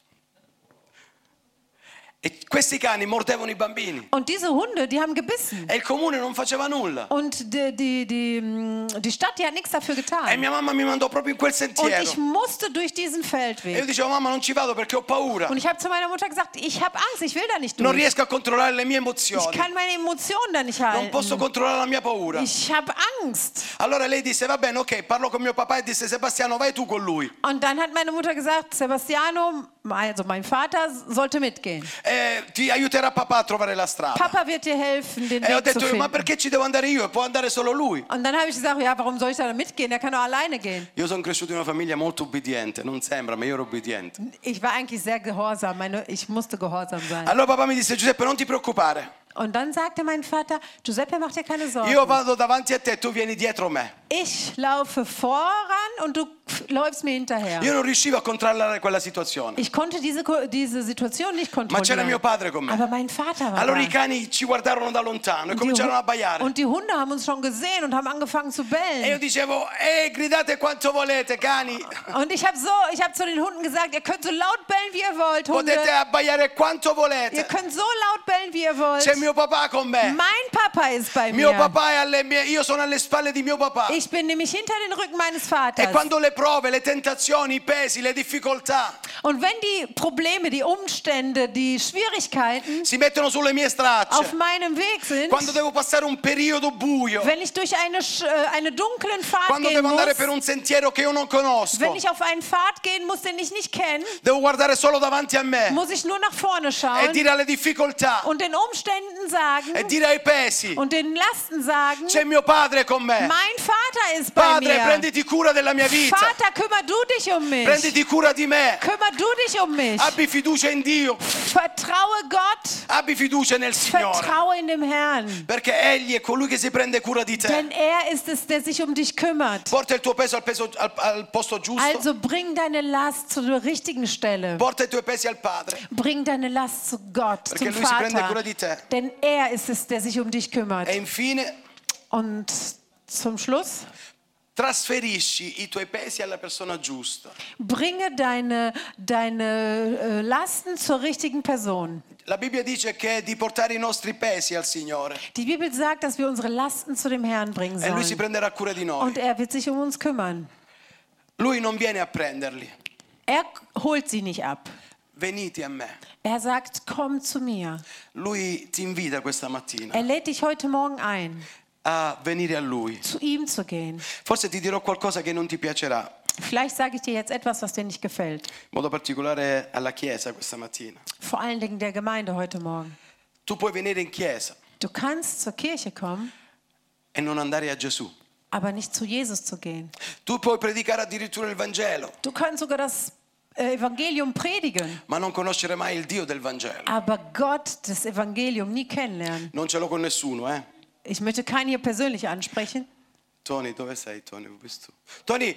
E questi cani mordevano i bambini
Und diese Hunde, die haben gebissen.
e il comune non faceva nulla.
Und die, die, die, mm, die Stadt, die hat nichts dafür
E
getan.
mia mamma mi mandò proprio in quel
Und ich
sentiero.
musste durch diesen
E io
Feldweg.
dicevo, mamma non ci vado perché ho paura.
Und ich habe zu meiner Mutter gesagt, ich habe Angst, ich will da nicht
Non
durch.
riesco a controllare le mie
Ich
emozioni.
kann meine Emotionen da nicht
Non
halten.
posso controllare la mia paura.
Ich habe Angst.
Allora lei disse, va bene, ok, parlo con mio papà e disse, Sebastiano, vai tu con lui.
Und dann hat meine Mutter gesagt, Sebastiano, also mein Vater, sollte mitgehen.
Eh, ti aiuterà papà a trovare la strada.
Papa wird dir helfen, den
E ho
Weg zu
detto, ma
finden.
perché ci devo andare io? Può andare solo lui.
Und dann habe ich gesagt, ja, warum soll ich da mitgehen? Der kann doch alleine gehen.
Io sono cresciuto in una famiglia molto obbediente, non sembra, ma io ero obbediente.
Eh. Ich war eigentlich sehr gehorsam. Meine, ich musste gehorsam sein.
Allora papà mi disse Giuseppe non ti preoccupare,
Und dann sagte mein Vater, Giuseppe, mach dir keine
Io
Sorgen.
vado davanti a te, tu vieni dietro me.
Ich laufe voran und du f- läufst mir hinterher.
Io non riuscivo a controllare quella situazione.
Ich konnte diese, Ko- diese Situation nicht
Ma c'era
kontrollieren.
mio padre con me.
Aber mein Vater war
Allora i
da.
cani ci guardarono da lontano e
Und die,
cominciarono a
Hu-
abbaiare.
und die Hunde haben uns schon gesehen und haben angefangen zu
E io
bellen.
dicevo, ehi, gridate quanto volete, cani.
Und ich habe so, ich habe zu den Hunden gesagt, ihr könnt so laut bellen, wie ihr wollt,
Potete
Hunde.
abbaiare quanto
Ihr
volete.
könnt so laut bellen, wie ihr
C'è
wollt.
mio papà con me.
Mein Papa ist bei
Mio
mir.
papà è alle mie, io sono alle spalle di mio papà.
Ich bin nämlich hinter den Rücken meines
E
Vaters.
quando le prove, le tentazioni, i pesi, le difficoltà
Und wenn die Probleme, die Umstände, die Schwierigkeiten
si mettono sulle mie
auf
stracce,
meinem Weg sind,
quando devo passare un periodo buio,
wenn ich durch eine, Sch- äh, eine dunklen Fahrt
quando
gehen
devo andare per
muss,
un sentiero che io non
wenn
conosco,
ich auf einen Pfad gehen muss, den ich nicht kenne,
devo guardare solo davanti a me
muss ich nur nach vorne
e
schauen
dire alle difficoltà
und den Umständen
e
sagen
dire ai pesi,
und den Lasten sagen,
c'è mio padre con me.
mein Vater ist bei
Padre,
mir.
prenditi cura della mia vita.
Vater, kümmer du dich um mich.
Prenditi cura di me.
Kümmer du dich um mich.
Abbi fiducia in Dio.
Vertraue Gott.
Abbi fiducia nel Signore.
Vertraue in dem Herrn.
Perché Egli è colui che si prende cura di te.
Denn er ist es, der sich um dich kümmert.
Porta il tuo peso al, peso- al- al posto giusto.
Also bring deine Last zu der richtigen Stelle.
Porta i tuoi pesi al Padre.
Bring deine Last zu Gott,
Perché
zum
lui si prende cura
Vater.
di te.
Denn er ist es, der sich um dich kümmert.
E infine
Und zum Schluss,
trasferisci i tuoi pesi alla persona giusta.
bringe deine, deine äh, Lasten zur richtigen Person.
La Bibbia dice che è di portare i nostri pesi al Signore
Die Bibel sagt, dass wir unsere Lasten zu dem Herrn bringen
e Lui si
sollen.
prenderà cura di noi.
Und er wird sich um uns kümmern.
Lui non viene a prenderli.
Er k- holt sie nicht ab.
Venite a me.
Er sagt, komm zu mir.
Lui ti invita questa mattina
Er lädt dich heute Morgen ein,
a venire a Lui.
zu ihm zu gehen.
Forse ti dirò qualcosa che non ti piacerà, in
Vielleicht sage ich dir jetzt etwas, was dir nicht gefällt.
modo particolare alla Chiesa questa mattina.
Vor allen Dingen der Gemeinde heute Morgen.
Tu puoi venire in Chiesa
Du kannst zur Kirche kommen,
e non andare a Gesù.
aber nicht zu Jesus zu gehen.
Tu puoi predicare addirittura il Vangelo,
Du kannst sogar das äh, Evangelium predigen,
ma non conoscere mai il Dio del Vangelo.
aber Gott das Evangelium nie kennenlernen.
Non ce l'ho con nessuno, eh.
Ich möchte keinen hier persönlich ansprechen.
Tony, dove sei Tony? Dove bist tu? Tony,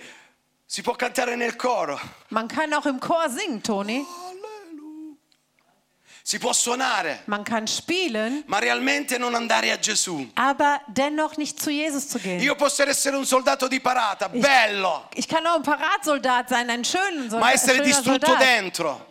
si può cantare nel coro.
Man kann auch im Chor singen, Toni.
Alleluia. Si può suonare,
Man kann spielen,
ma realmente non andare a Gesù.
aber dennoch nicht zu Jesus zu gehen.
Io posso essere un soldato di parata, bello,
Ich kann auch ein Paratsoldat sein, ein schöner Soldat.
ma essere
schöner
distrutto
Soldat.
dentro.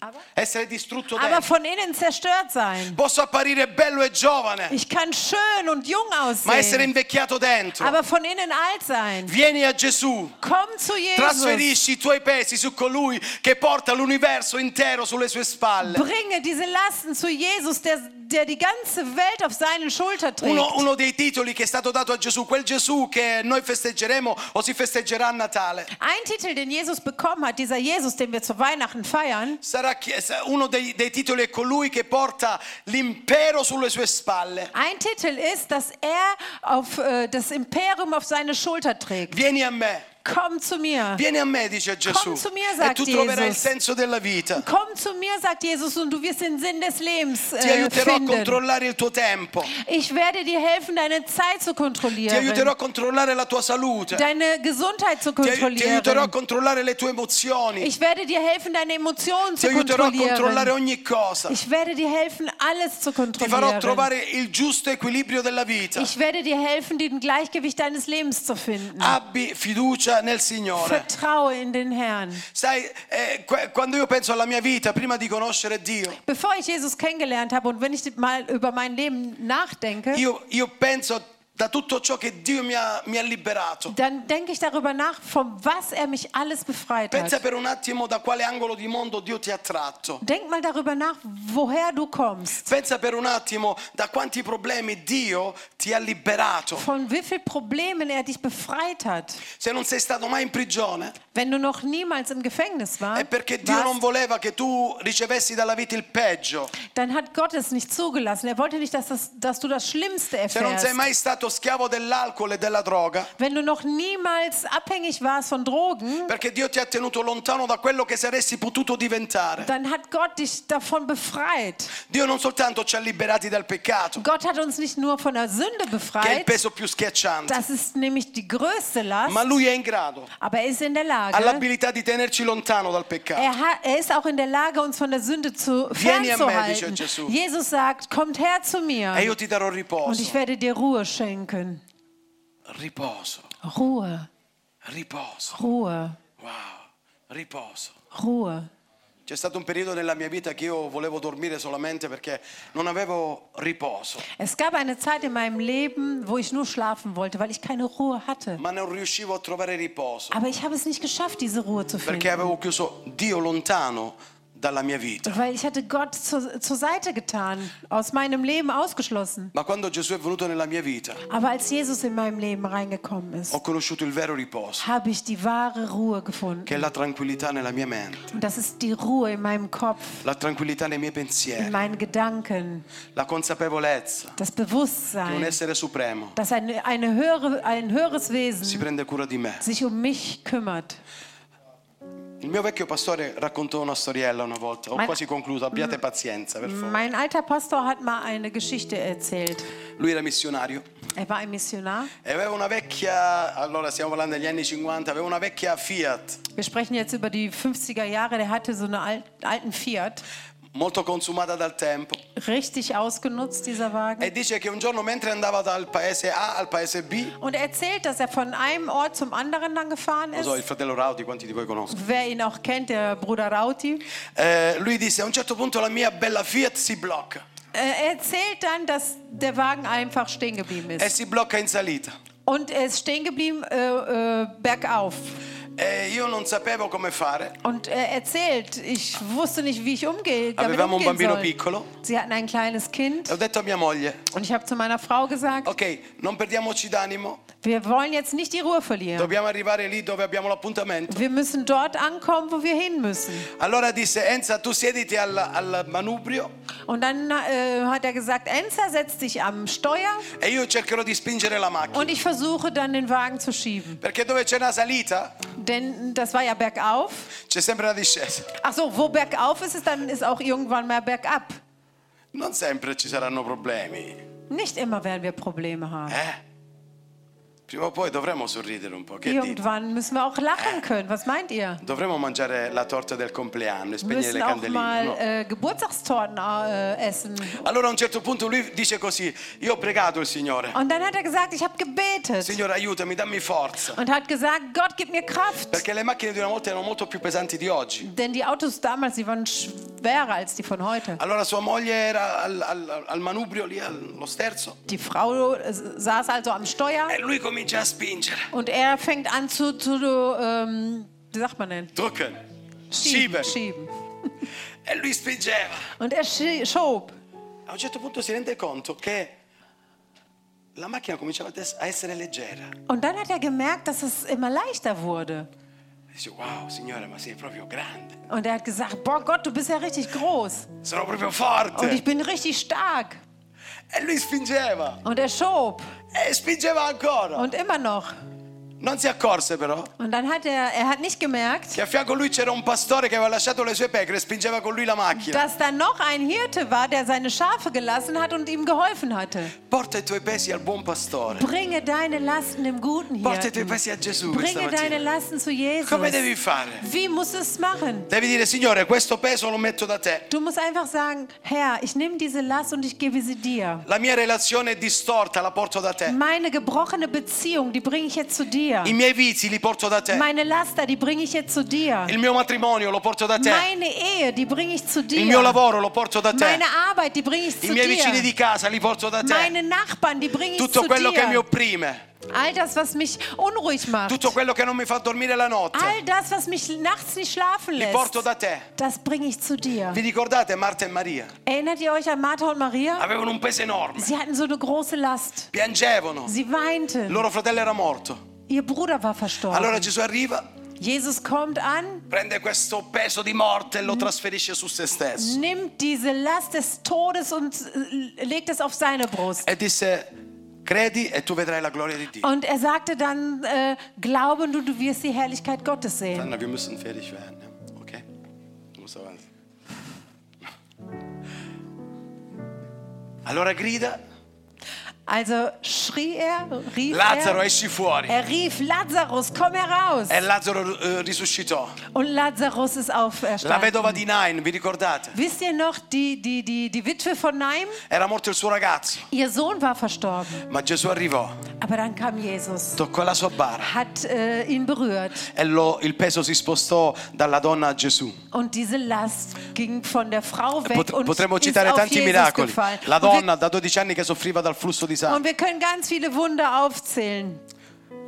Aber-
Essere distrutto
Aber
dentro.
von innen zerstört sein.
Posso apparire bello e giovane,
Ich kann schön und jung
ma essere
aussehen,
invecchiato dentro.
aber von innen alt sein.
Vieni a Gesù,
Komm zu Jesus.
trasferisci i tuoi pesi su colui che porta l'universo intero sulle sue spalle.
Bringe diese Lasten zu Jesus, der, der die ganze Welt auf seinen Schulter trägt.
Uno, uno dei titoli che è stato dato a Gesù, quel Gesù che noi festeggeremo o si festeggerà a Natale,
Ein Titel, den Jesus bekommen hat, dieser Jesus, den wir zu Weihnachten feiern,
sarà chi- sa- uno dei, dei titoli è colui che porta l'impero sulle sue spalle.
ein Titel ist, dass er auf äh, das Imperium auf seine Schulter trägt.
Vieni a me,
Komm zu mir.
vieni a me, dice Gesù,
Come to me,
e
sagt
tu troverai il
Jesus. Eh,
senso della vita.
Komm zu mir, sagt Jesus, und du wirst den Sinn des Lebens
Ti
äh,
aiuterò a
finden.
controllare il tuo tempo,
Ich werde dir helfen, deine Zeit zu
ti
kontrollieren.
aiuterò a controllare la tua salute, ti
deine Gesundheit zu
ai- ti aiuterò a
kontrollieren.
controllare le tue emozioni,
Ich werde dir helfen, deine Emotionen
ti
zu
aiuterò a controllare
kontrollieren.
ogni cosa,
Ich werde dir helfen, alles zu
ti farò
kontrollieren.
trovare il giusto equilibrio della vita.
Ich werde dir helfen, den Gleichgewicht deines Lebens zu finden.
Ah, Abbi fiducia nel Signore.
Vertraue in den Herrn.
Sai, eh, qu- quando io penso alla mia vita prima di conoscere Dio,
Bevor ich Jesus kennengelernt habe und wenn ich mal über mein Leben nachdenke,
io, io penso da tutto ciò che Dio mi ha, mi ha liberato.
dann denke ich darüber nach, von was er mich alles befreit
Pensa
hat.
per un attimo da quale angolo di mondo Dio ti ha tratto.
Denk mal darüber nach, woher du kommst,
Pensa per un attimo da quanti problemi Dio ti ha liberato.
von wie vielen Problemen er dich befreit hat.
Se non sei stato mai in prigione,
Wenn du noch niemals im Gefängnis war,
è perché Dio non
warst,
voleva che tu ricevessi dalla vita il peggio.
dann hat Gott es nicht zugelassen. Er wollte nicht, dass, das, dass du das Schlimmste
Se Cioè, non sei
erfährst.
mai stato stato schiavo dell'alcol e della droga,
Wenn du noch niemals abhängig warst von Drogen,
perché Dio ti ha tenuto lontano da quello che saresti potuto diventare.
dann hat Gott dich davon befreit.
Dio non soltanto ci ha liberati dal peccato,
Gott hat uns nicht nur von der Sünde
che è il
befreit,
peso più schiacciante,
das ist nämlich die größte Last,
ma Lui è in grado,
aber er ist in der
ha
Lage,
l'abilità di tenerci lontano dal peccato.
er, hat, er ist auch in der Lage, uns von der Sünde zu
Vieni a me,
fernzuhalten.
dice Gesù.
Jesus sagt, kommt her zu mir
E io ti darò
und ich
riposo,
werde dir Ruhe schenken.
riposo,
Ruhe,
riposo,
Ruhe,
wow, riposo.
Ruhe.
C'è stato un periodo nella mia vita che io volevo dormire solamente perché non avevo riposo,
Es gab eine Zeit in meinem Leben, wo ich nur schlafen wollte, weil ich keine Ruhe hatte.
ma non riuscivo a trovare riposo
Aber ich habe es nicht geschafft, diese Ruhe zu
perché
finden,
avevo chiuso Dio lontano dalla mia vita.
weil ich hatte Gott zur, zur Seite getan, aus meinem Leben ausgeschlossen.
Ma quando Gesù è venuto nella mia vita,
Aber als Jesus in meinem Leben reingekommen ist,
ho conosciuto il vero riposo,
habe ich die wahre Ruhe gefunden.
che è la tranquillità nella mia mente,
Und das ist die Ruhe in meinem Kopf,
la tranquillità nei miei
in
pensieri,
meinen Gedanken,
la consapevolezza
das
che un
Bewusstsein,
essere supremo
dass ein, eine höhere, ein höheres
si
Wesen
prende cura di me.
sich um mich kümmert.
Il mio vecchio pastore raccontò una storiella una volta, ho
Ma-
quasi concluso, abbiate pazienza per favore.
Mein alter Pastor hat mal eine Geschichte erzählt.
Lui era missionario
Er war ein Missionar.
E aveva una vecchia, allora stiamo parlando degli anni 50, aveva una vecchia Fiat
Wir sprechen jetzt über die 50er Jahre. Der hatte so einen al- alten Fiat.
molto consumata dal tempo
Richtig ausgenutzt, dieser Wagen.
e dice che un giorno mentre andava dal paese A al paese B,
Und er erzählt, dass er von einem Ort zum anderen dann gefahren
lo
ist.
so il fratello Rauti, quanti di voi conosco,
Wer ihn auch kennt, der Bruder Rauti.
eh, lui disse a un certo punto la mia bella Fiat si blocca
Äh, Er erzählt dann, dass der Wagen einfach stehen geblieben
e
ist.
si blocca in salita
Und er ist stehen geblieben äh, äh, bergauf.
e io non sapevo come fare,
Und er erzählt, ich wusste nicht, wie ich umgehe, damit
avevamo un
umgehen
bambino
soll.
piccolo
Sie hatten ein kleines Kind
e ho detto a mia moglie,
und ich habe zu meiner Frau
äh,
gesagt,
ok non perdiamoci d'animo,
wir wollen jetzt nicht die Ruhe verlieren.
dobbiamo arrivare lì dove abbiamo l'appuntamento.
Wir müssen dort ankommen, wo wir hin müssen.
Allora disse Enza tu siediti al- al manubrio
Und dann äh, hat er gesagt, Enza, setz dich am Steuer
e io cercherò di spingere la macchina.
und ich versuche dann den Wagen zu schieben.
Perché dove c'è una salita
Denn das war ja bergauf.
c'è sempre una discesa.
Ach so, wo bergauf ist, ist dann ist auch irgendwann mal bergab.
Non sempre ci saranno problemi.
Nicht immer werden wir Probleme haben.
Eh? Prima o poi dovremo sorridere un po'. Che dite?
Irgendwann müssen wir auch lachen können. Was meint ihr?
Dovremmo mangiare la torta del compleanno e
Wir
spegnere le
müssen auch
candeline.
mal
no?
äh, Geburtstagstorten äh, essen.
Allora a un certo punto lui dice così: Io ho pregato il Signore.
Und dann hat er gesagt, ich habe gebetet.
Signore, aiutami, dammi forza.
Und hat gesagt, Gott, gib mir Kraft.
Perché le macchine di una volta erano molto più pesanti di oggi.
Denn die Autos damals, die waren schwerer als die von heute.
Allora sua moglie era al, al- al manubrio lì allo sterzo
Die Frau äh, saß also am Steuer
e lui comincia a spingere.
und er fängt an zu, zu ähm, wie sagt man denn?
Drucken.
Schieben.
Schieben.
schieben.
E lui spingeva.
Und er schi- schob.
A un certo punto si rende conto che la macchina cominciava ad ess- a essere leggera.
Und dann hat er gemerkt, dass es immer leichter wurde.
Dice, wow signore, ma sei proprio grande,
Und er hat gesagt, boah Gott, du bist ja richtig groß.
sono proprio
Und ich
forte.
bin richtig stark.
E lui spingeva,
Und er schob.
e spingeva ancora.
Und immer noch.
Non si accorse però
Und dann hat er, er hat nicht gemerkt,
che a fianco a lui c'era un pastore che aveva lasciato le sue pecore e spingeva con lui la macchina.
dass da noch ein Hirte war, der seine Schafe gelassen hat und ihm geholfen hatte.
Porta i tuoi pesi al buon pastore.
Bringe deine Lasten dem guten
Porta i tuoi
Hirten.
pesi a Gesù questa
Bringe deine
mattina.
Lasten zu Jesus.
Come devi fare?
Wie musst du es machen?
Devi dire, signore, questo peso lo metto da te.
Du musst einfach sagen, Herr, ich nehme diese Last und ich gebe sie dir.
La mia relazione è distorta, la porto da te.
Meine gebrochene Beziehung, die bringe ich jetzt zu dir.
I miei vizi li porto da te.
Meine Laster, die bringe ich jetzt zu dir.
Il mio matrimonio lo porto da te.
Meine Ehe, die bringe ich zu
Il mio
dir.
lavoro lo porto da te.
Meine Arbeit, die bringe ich
I
zu
miei vicini
dir.
di casa li porto da te.
Meine Nachbarn, die bringe ich zu
Tutto quello che mi
dir.
opprime,
All das, was mich unruhig macht.
tutto quello che non mi fa dormire la notte,
All das, was mich nachts nicht schlafen
li
lässt.
porto da te.
Das bringe ich zu dir.
Vi ricordate Marta e Maria?
Erinnert ihr euch an Martha und Maria?
Avevano un peso enorme,
Sie hatten so eine große Last.
piangevano, il
Sie weinten.
loro fratello era morto.
Ihr Bruder war verstorben.
Allora Gesù arriva,
Jesus kommt an,
prende questo peso di morte e lo trasferisce su se stesso.
nimmt diese Last des Todes und äh, legt es auf seine Brust.
E disse, Credi e tu vedrai la gloria di Dio.
Und er sagte dann, äh, glaube und du wirst die Herrlichkeit Gottes sehen.
Anna, wir müssen fertig werden. Ja? Okay? Du musst avanti. Allora grida,
Also schrie er, rief
Lazzaro
er,
esci fuori.
er rief, Lazarus, komm heraus.
E Lazzaro eh, risuscitò.
Und Lazarus ist Certo.
La vedova
auferstanden.
di Nain, vi ricordate?
Wisst ihr noch, die, die, die, die Witwe von Naim,
Era morto il suo ragazzo,
ihr Sohn war verstorben.
ma Gesù arrivò,
Aber dann kam Jesus,
toccò la sua bara
hat äh, ihn berührt
e lo- il peso si spostò dalla donna a Gesù.
und diese Last ging von der Frau weg
Pot-
und
potremmo
ist
citare
auf
tanti
oh, Jesus
miracoli.
gefallen.
La
Und
donna da 12 anni che soffriva dal flusso di
wir,
sangue.
und wir können ganz viele Wunder aufzählen.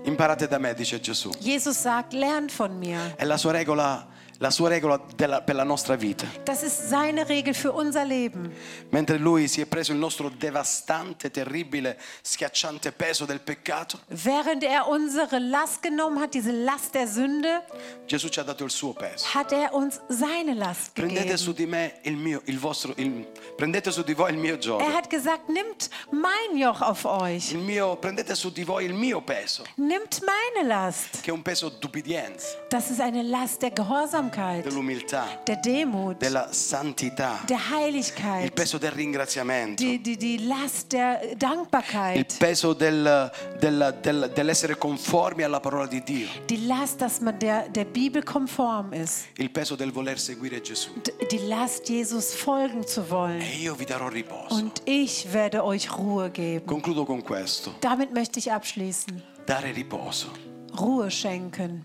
Imparate da me, dice Gesù.
Jesus sagt, lernt von mir.
È la sua regola, la sua regola della- per la nostra vita.
Das ist seine Regel für unser Leben.
Mentre lui si è preso il nostro devastante, terribile, schiacciante peso del peccato,
Während er unsere Last genommen hat, diese Last der Sünde,
Gesù ci ha dato il suo peso.
hat er uns seine Last
Prendete
gegeben.
su di me il mio, il vostro, il- prendete su di voi il mio
Er
gioco.
hat gesagt, nimmt mein Joch auf euch,
Il mio, prendete su di voi il mio peso,
nimmt meine Last.
che è un peso d'ubbidienza,
Das ist eine Last der Gehorsamkeit,
dell'umiltà,
der Demut,
della santità,
der
il
Heiligkeit,
peso del ringraziamento,
die, die, die Last der
il
Dankbarkeit,
peso del- del- del- dell'essere conformi alla parola di Dio,
die Last, dass man der, der Bibel konform ist,
il peso del voler seguire Gesù.
d- die Last, Jesus folgen zu wollen.
E io vi darò riposo.
Und ich werde euch Ruhe geben.
Concludo con questo,
Damit möchte ich abschließen.
dare riposo.
Ruhe schenken.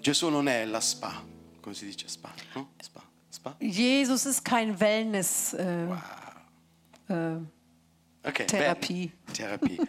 Gesù non è la spa, come si dice spa, no? Spa, spa.
Jesus ist kein Wellness. Äh,
Ok,
Terapia.
bene. Terapia.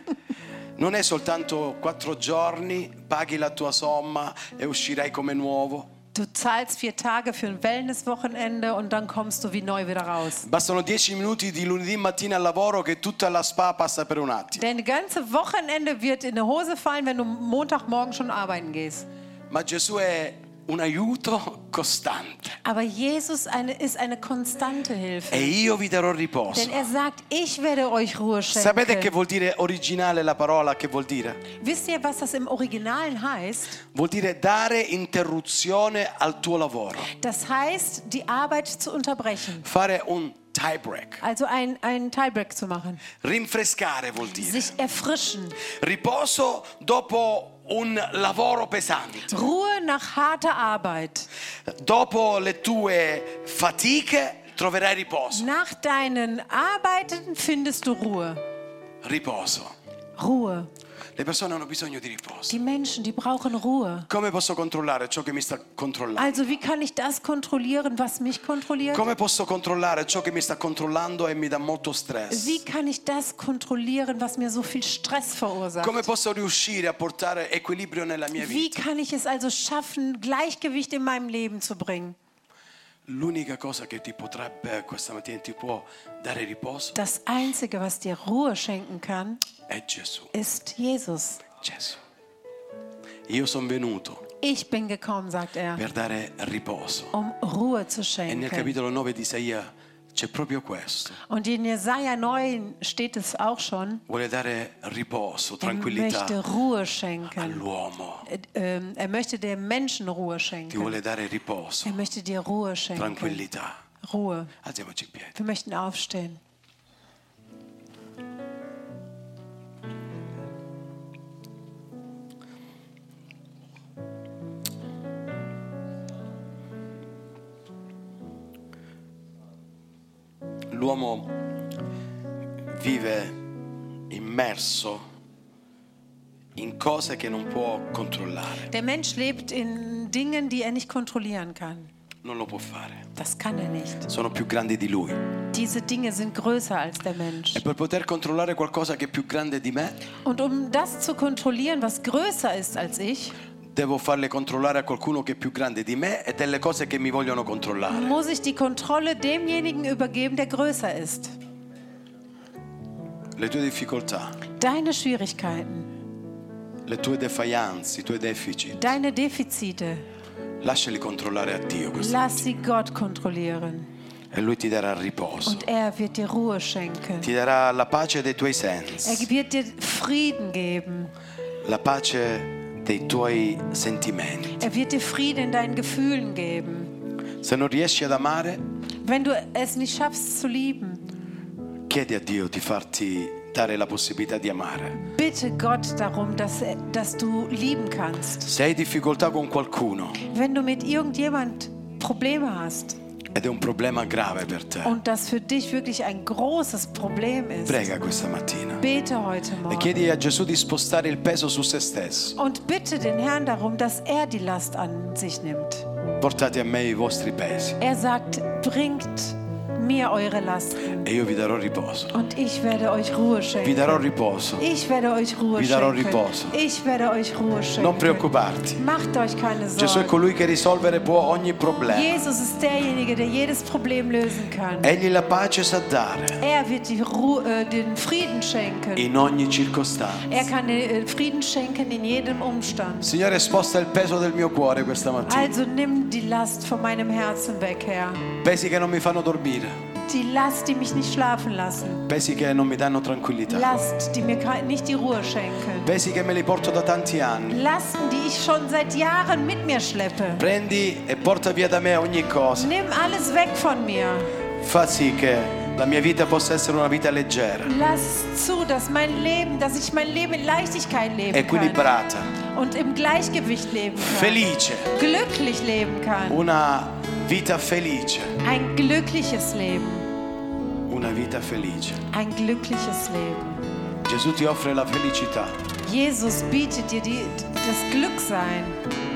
Non è soltanto quattro giorni, paghi la tua somma e uscirai come nuovo.
du zahlst vier Tage für ein Wellness-Wochenende und dann kommst du wie neu wieder raus.
Bastano dieci minuti di lunedì mattina al lavoro che tutta la spa passa per un attimo.
Dein ganze Wochenende wird in die Hose fallen, wenn du Montagmorgen schon arbeiten gehst.
Ma Gesù è un aiuto costante.
Aber Jesus eine, ist eine konstante
E
Hilfe.
io vi darò
Denn
riposo.
er sagt, ich werde euch Ruhe
Sapete che
schenken.
vuol dire originale la parola? Che vuol dire?
Wisst ihr, was das im Originalen heißt?
Vuol dire dare interruzione al tuo lavoro.
Das heißt, die Arbeit zu unterbrechen.
Fare un tie break.
Also ein, einen Tiebreak zu machen.
Rinfrescare vuol dire.
Sich erfrischen.
Riposo dopo un lavoro pesante,
Ruhe nach harter Arbeit.
dopo le tue fatiche troverai riposo.
Nach deinen Arbeiten findest du Ruhe.
Riposo.
Ruhe.
Le persone hanno bisogno di riposo.
Die Menschen, die brauchen Ruhe.
Come posso controllare ciò che mi sta controllando?
Also wie kann ich das kontrollieren, was mich kontrolliert?
Come posso controllare ciò che mi sta controllando e mi dà molto
Wie
stress?
kann ich das kontrollieren, was mir so viel Stress verursacht?
Come posso riuscire a portare equilibrio nella mia
Wie
vita?
kann ich es also schaffen, Gleichgewicht in meinem Leben zu bringen?
L'unica cosa che ti potrebbe questa mattina ti può dare riposo
Das Einzige, was dir Ruhe schenken kann,
è Gesù.
ist Jesus.
Gesù. Io sono venuto
Ich bin gekommen, sagt er,
per dare riposo.
um Ruhe
E
zu
nel
schenken.
capitolo 9 di Isaia c'è proprio questo.
Und in Jesaja 9 steht es auch schon.
Vuole dare riposo,
Er
tranquillità
möchte Ruhe schenken.
all'uomo.
Äh, ähm, Er möchte dem Menschen Ruhe
Ti
schenken.
vuole dare
Er
riposo,
möchte dir Ruhe schenken.
tranquillità.
Ruhe.
Alziamoci in piedi.
Wir möchten aufstehen.
L'uomo vive immerso in cose che non può controllare,
Der Mensch lebt in Dingen, die er nicht kontrollieren kann.
non lo può fare.
Das kann er nicht.
Sono più grandi di lui. E
Diese Dinge sind größer als der Mensch.
per poter controllare qualcosa che è più grande di me,
Und um das zu kontrollieren, was größer ist als ich,
devo farle controllare a qualcuno che è più grande di me e delle cose che mi vogliono controllare.
muss ich die Kontrolle demjenigen übergeben, der größer ist.
Le tue difficoltà.
Deine Schwierigkeiten,
le tue defianze, i tuoi deficit,
deine Defizite,
lasciali controllare a Dio. questo.
lass sie Gott kontrollieren.
E e Lui ti darà il riposo,
und er wird dir Ruhe schenken.
ti darà la pace dei tuoi
Er
sensi,
wird dir Frieden geben.
la pace dei tuoi sentimenti.
Er wird dir Frieden in deinen Gefühlen geben.
Se non riesci ad amare,
Wenn du es nicht schaffst zu lieben,
chiedi a Dio di farti dare la possibilità di amare.
bitte Gott darum, dass, er, dass du lieben kannst.
Se hai difficoltà con qualcuno
Wenn du mit irgendjemand Probleme hast
ed è un problema grave per te,
und das für dich wirklich ein großes Problem ist,
prega questa mattina
bete heute
e
Morgen.
chiedi a Gesù di spostare il peso su se stesso.
Und bitte den Herrn darum, dass er die Last an sich nimmt.
Portate a me i vostri pesi
Er sagt, bringt mir eure Lasten
e io vi darò riposo.
und ich werde euch Ruhe
Vi
schenken.
darò riposo.
Ich werde euch Ruhe
Vi darò
schenken.
riposo.
Ich werde euch Ruhe schenken.
Non preoccuparti.
Macht euch keine
Gesù è
Sorgen.
colui che risolvere può ogni problema.
Jesus ist derjenige, der jedes Problem lösen kann.
Egli la pace sa dare
Er wird die Ru äh, den Frieden schenken.
in ogni circostanza.
Er kann den äh, Frieden schenken in jedem Umstand.
Signore, sposta il peso del mio cuore questa mattina.
Also nimm die Last von meinem Herzen weg, Herr.
Pesi che non mi fanno dormire.
Die Last, die mich nicht schlafen lassen.
Pesi che non mi danno tranquillità.
Last, die mir kei- nicht die Ruhe schenken.
Pesi che me li porto da tanti anni.
Lasten, die ich schon seit Jahren mit mir schleppe.
Prendi e porta via da me ogni cosa.
Nimm alles weg von mir.
Fa sì che la mia vita possa essere una vita leggera,
Lass zu, dass mein Leben, dass ich mein Leben in Leichtigkeit leben kann
equilibrata,
und im Gleichgewicht leben kann.
felice.
Glücklich leben kann.
Una vita felice.
Ein glückliches Leben.
Una vita felice.
Ein glückliches Leben.
Gesù ti offre la felicità.
Jesus bietet dir die, das Glücksein.